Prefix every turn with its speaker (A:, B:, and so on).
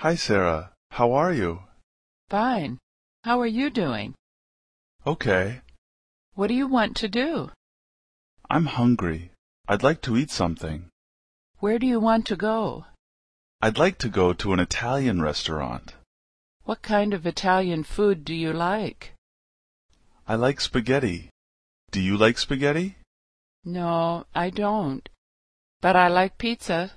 A: Hi, Sarah. How are you?
B: Fine. How are you doing?
A: Okay.
B: What do you want to do?
A: I'm hungry. I'd like to eat something.
B: Where do you want to go?
A: I'd like to go to an Italian restaurant.
B: What kind of Italian food do you like?
A: I like spaghetti. Do you like spaghetti?
B: No, I don't. But I like pizza.